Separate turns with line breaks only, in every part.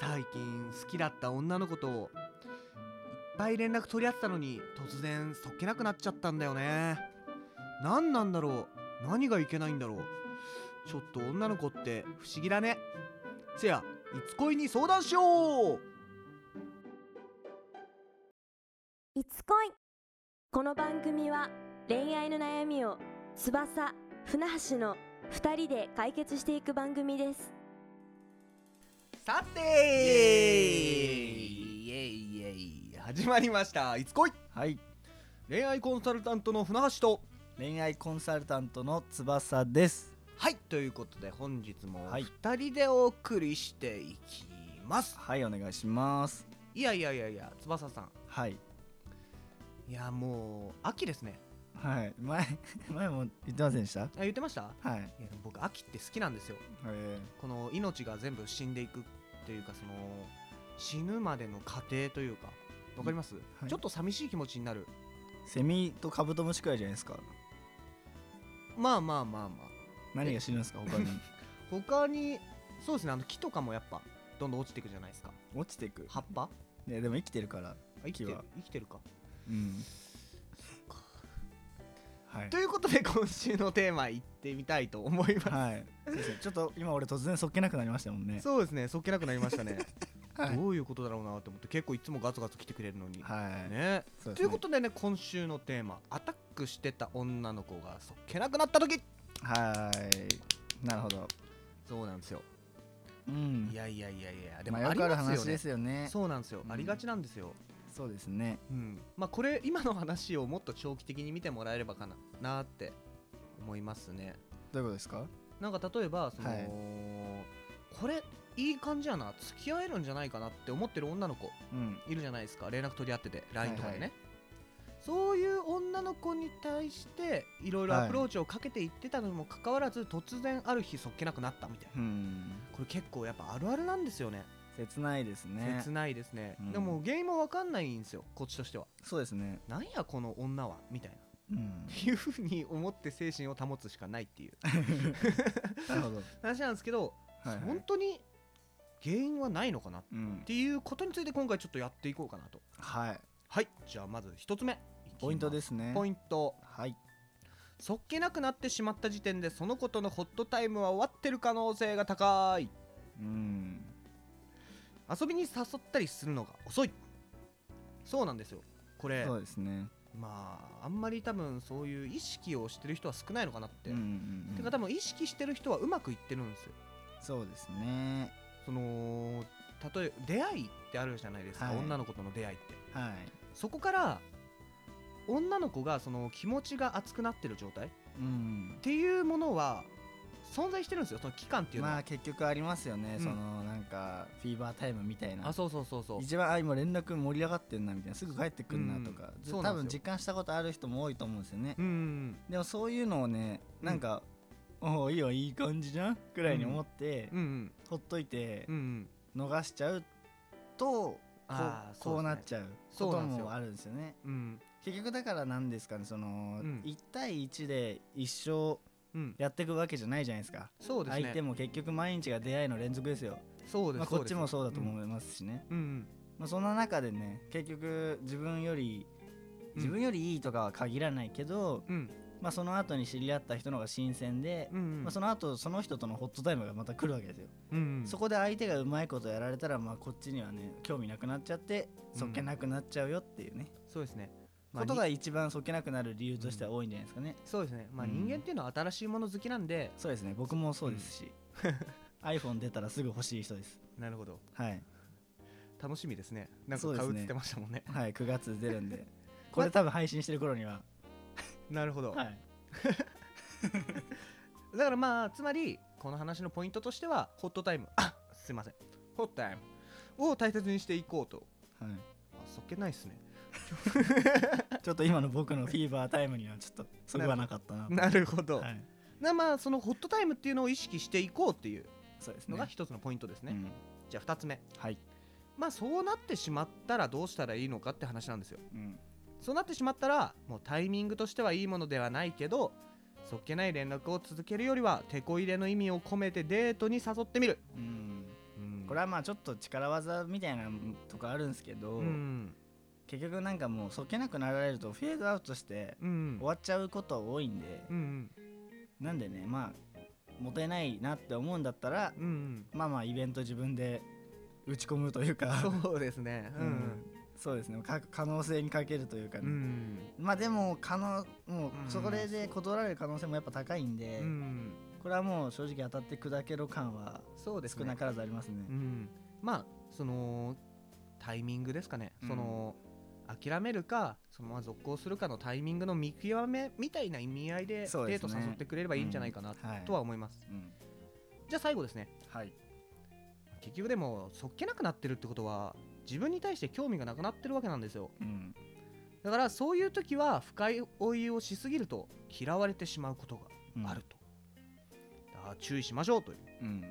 最近好きだった女の子といっぱい連絡取り合ってたのに突然そっけなくなっちゃったんだよね何なんだろう何がいけないんだろうちょっと女の子って不思議だねせやいつ恋に相談しよう
いつ恋この番組は恋愛の悩みを翼船橋の2人で解決していく番組です
さて
イ
イ
イエイイエイ
エーイ始まりましたいつ恋
はい
恋愛コンサルタントの船橋と
恋愛コンサルタントの翼です
はいということで本日も
はい
2人でお送りしていきます、
はいお願いします
い、やいやいやいや翼さ
はい
んいやもう秋ですね
はい前 前も言ってませんでした
あ言ってました
はい
いや僕秋って好きなんですよ
え
この命が全部死んでいくというかその死ぬまでの過程というかわかります、
はい
ちょっと寂しい気持ちになる
ー、セミとカブトムシくらいじゃないですか
まあまあまあまあ
何が死ぬんですか他 に
他にそうですねあの木とかもやっぱどんどん落ちていくじゃないですか
落ちてく
葉っぱあ
いやでも生きてるから
生きて
木
る
は
生きてるか
うんはい
ということで今週のテーマいってみたいと思います、
はいそうですねちょっと今俺突然そっけなくなりましたもんね
そうですねそっけなくなりましたね、
はい
どういうことだろうなと思って結構いつもガツガツ来てくれるのに、
はい、
ね
そうですね
ということでね今週のテーマアタックしてた女の子がそっけなくなった時
はいなるほど
そうなんですよ
うん
いやいやいやいやで
で
も
も
あ
よ
り
くある
ますよ
話
ね
ですよね
そうなんですよ、
うん
ありがちなんですよ
そうですね
うんまあこれ今の話をもっと長期的に見てもらえればかななーって思いますね
どういうことですか
なんか例えばその、
はい
これいい感じやな付き合えるんじゃないかなって思ってる女の子
うん
いるじゃないですか連絡取り合ってて LINE とかでね、
はい
そういう女の子に対していろいろ
はい
アプローチをかけていってたのにもかかわらず、突然ある日そっけなくなったみたいな
うん
これ結構やっぱあるあるなんですよね
切ないですね
切ないですね、
うん
でも原因も分かんないんですよこっちとしては
そうですね
なんやこの女はみたいな
う
っ
ん
ていうふうに思って精神を保つしかないっていう
なる ほど
話なんですけど、
はいは
本
い
当に原因はないのかなっ
うん
ていうことについて今回ちょっとやっていこうかなと
はい
はいじゃあまず一つ目
ポイントですすね
ポ
イン
イント
トはい
そっけなくなってしまった時点でその子とのホットタイムは終わってる可能性が高い
うん
遊びに誘ったりするのが遅いそうなんですよこれ
そうですね
まああんまり多分そういう意識をしてる人は少ないのかなって、
うんうん
て
う
か
ん
多分意識してる人はうまくいってるんですよ
そうですね
その例え出会いってあるじゃないですか、
はい
女の子との出会いって
はい
そこから女の子がその気持ちが熱くなってる状態っ
うん
ていうものは存在してるんですよその期間っていうのは、
まあ結局ありますよね
うん
そのなんかフィーバータイムみたいな
あそうそうそうそう
一番あ今連絡盛り上がってんなみたいなすぐ帰ってくんなとか
うん
ず
そうな
多
んですよ
分実感したことある人も多いと思うんですよね
うん
でもそういうのをねなんかおおいいよいい感じじゃんくらいに思って
うんうん
ほっといて
うんうん
逃しちゃうとこ
あー
うこうなっ
ゃ
ちゃう
そ
こ
う
と
なんですよ
もあるんですよね
ううん
結局だからなんですかねその、
うん
1対1で一
うん
生やっていくわけじゃないじゃないですか
そうですね
相手も結局毎日が出会いの連続ですよ
そうです、
まあ、こっちもそうだと
う
思いますしね、
ん、うん
まあ、そんな中でね結局自分より
うん
自分よりいいとかは限らないけど、
うん
まあ、その後に知り合った人の方が新鮮で、
うんうん
まあ、その後その人とのホットタイムがまた来るわけですよ
うんうん
そこで相手がうまいことやられたら、まあ、こっちにはね興味なくなっちゃって
うん
そっけなくなっちゃうよっていうね、
そうですね、まあ
ことが
に
一番そっけなくなる理由としては多いんじゃないですかね、
そうですねまあ
うん
人間っていうのは新しいもの好きなんで、
そうですね僕もそうですし、iPhone 出たらすぐ欲しい人です
なるほど
はい、
楽しみですねなん
そ
か
う
買う
ですね
っつってましたもんね
はい、9月出るん でこれ多分配信してる頃には、
なるほど、
はい、
だからまあつまりこの話のポイントとしてはホットタイムあすいませんホットタイムを大切にしていこうと
はい、
あそっけないっすね
ちょっと今の僕のフィーバータイムにはちょっとそこはなかったな
なるほど、
はい、
なまあそのホットタイムっていうのを意識していこうっていう
そうですね
のが一つのポイントですね
うん
じゃあ2つ目
はい、
まあそうなってしまったらどうしたらいいのかって話なんですよ
うん、
そうなってしまったらもうタイミングとしてはいいものではないけどそっけない連絡を続けるよりは手こ入れの意味を込めてデートに誘ってみる、
うん、
うん
これはまあちょっと力技みたいなとこあるんですけど、
うん
結局なんかもうそけなくなられるとフェードアウトして
うん
終わっちゃうこと多いんで、
うん
なんでねまあもてないなって思うんだったら、
うんうん
まあまあイベント自分で打ち込むというか
そうですねう
うんん そうですねか可能性にかけるというかね、
うん
まあでも可能もう
うん
そこで断られる可能性もやっぱ高いんで、
うん
これはもう正直当たって砕けろ感は
そうですね
少なからずありますね
うんまあそのタイミングですかね、
うん
その諦めるかそのまま続行するかのタイミングの見極めみたいな意味合いでデ
そう
ー
です
ト
ね
誘ってくれればいいんじゃないかな
うんはい
とは思います、
うん
じゃあ最後ですね
はい
結局でもそっけなくなってるってことは自分に対して興味がなくなってるわけなんですよ
うん
だからそういう時は深追いをしすぎると嫌われてしまうことがあると、だから注意しましょうという
うん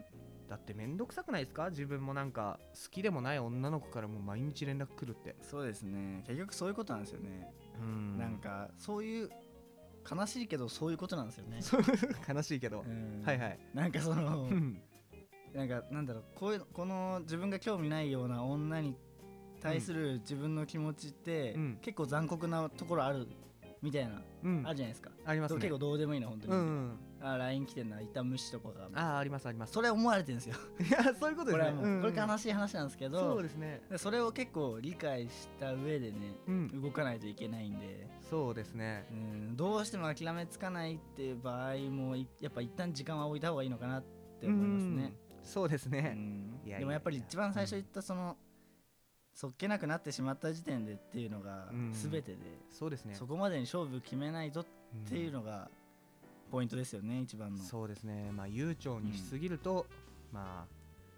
だって面倒くさくないですか自分もなんか好きでもない女の子からもう毎日連絡来るって
そうですね結局そういうことなんですよね、
うん
なんかそういう悲しいけどそういうことなんですよね、
そう 悲しいけど、
うん
はいはい、
なんかその
うん
なんかなんだろうこういうこの自分が興味ないような女に対する自分の気持ちって、
うん
結構残酷なところあるみたいな、
うん、
あるじゃないですか、
ありますね
結構どうでもいいな本当に、
うんうん
あ LINE 来てんな一旦無視とかが
ああありますあります
それ思われてるんですよ
いやそういう こと
こ
ですね
れはもう、
うん
これ悲しい話なんですけど
そうですね
でそれを結構理解した上でね
うん
動かないといけないんで、
そうですね
うん、どうしても諦めつかないっていう場合もいやっぱ一旦時間は置いた方がいいのかなって思いますね、
うんそうです
う
ね、
ん
いやいや
でもやっぱり一番最初言ったその、そっけなくなってしまった時点でっていうのが
うん
全てで、
そうですね
そこまでに勝負決めないとっていうのがポイントですよね一番
うん
の
そうですねまあ悠長にしすぎると、まあ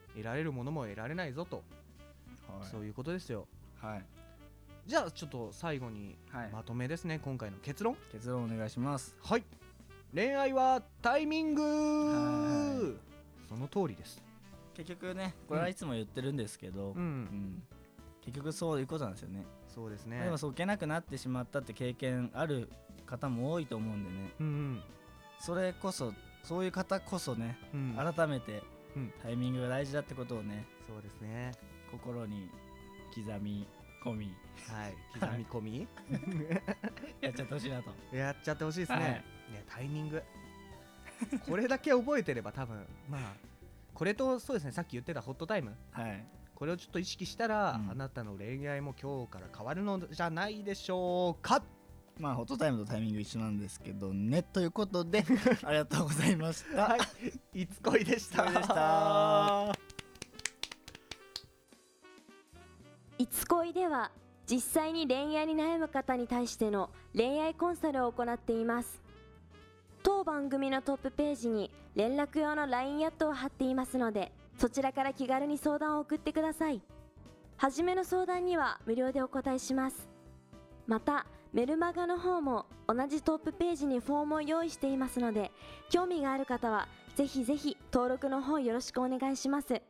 得られるものも得られないぞと、
はい
そういうことですよ
はい
じゃあちょっと最後に
はい
まとめですね、今回の結論
結論お願いします
はい恋愛はタイミング
は
その通りです
結局ねこれはいつも言ってるんですけど、
うん
結局そういうことなんですよね
そうです
で
ね
もそっけなくなってしまったって経験ある方も多いと思うんでね
うん
それこそそういう方こそね、
うんうん
改めて
うん
タイミングが大事だってことをね
そうですね
心に刻み込 み
はい刻 み込み
やっちゃってほしいなと
やっちゃってほしいですね,、
はい
ねタイミングこれだけ覚えてれば多分まあこれとそうですねさっき言ってたホットタイム
はい
これをちょっと意識したら、
うん
あなたの恋愛も今日から変わるのじゃないでしょうか
まあホットタイムとタイミング一緒なんですけどねというこ とでありがとうございました、
いいつ恋でした
いつ恋でした
いつ恋では実際に恋愛に悩む方に対しての恋愛コンサルを行っています当番組のトップページに連絡用の LINE アットを貼っていますのでそちらから気軽に相談を送ってください初めの相談には無料でお答えしますまたメルマガの方も同じトップページにフォームを用意していますので興味がある方はぜひぜひ登録の方よろしくお願いします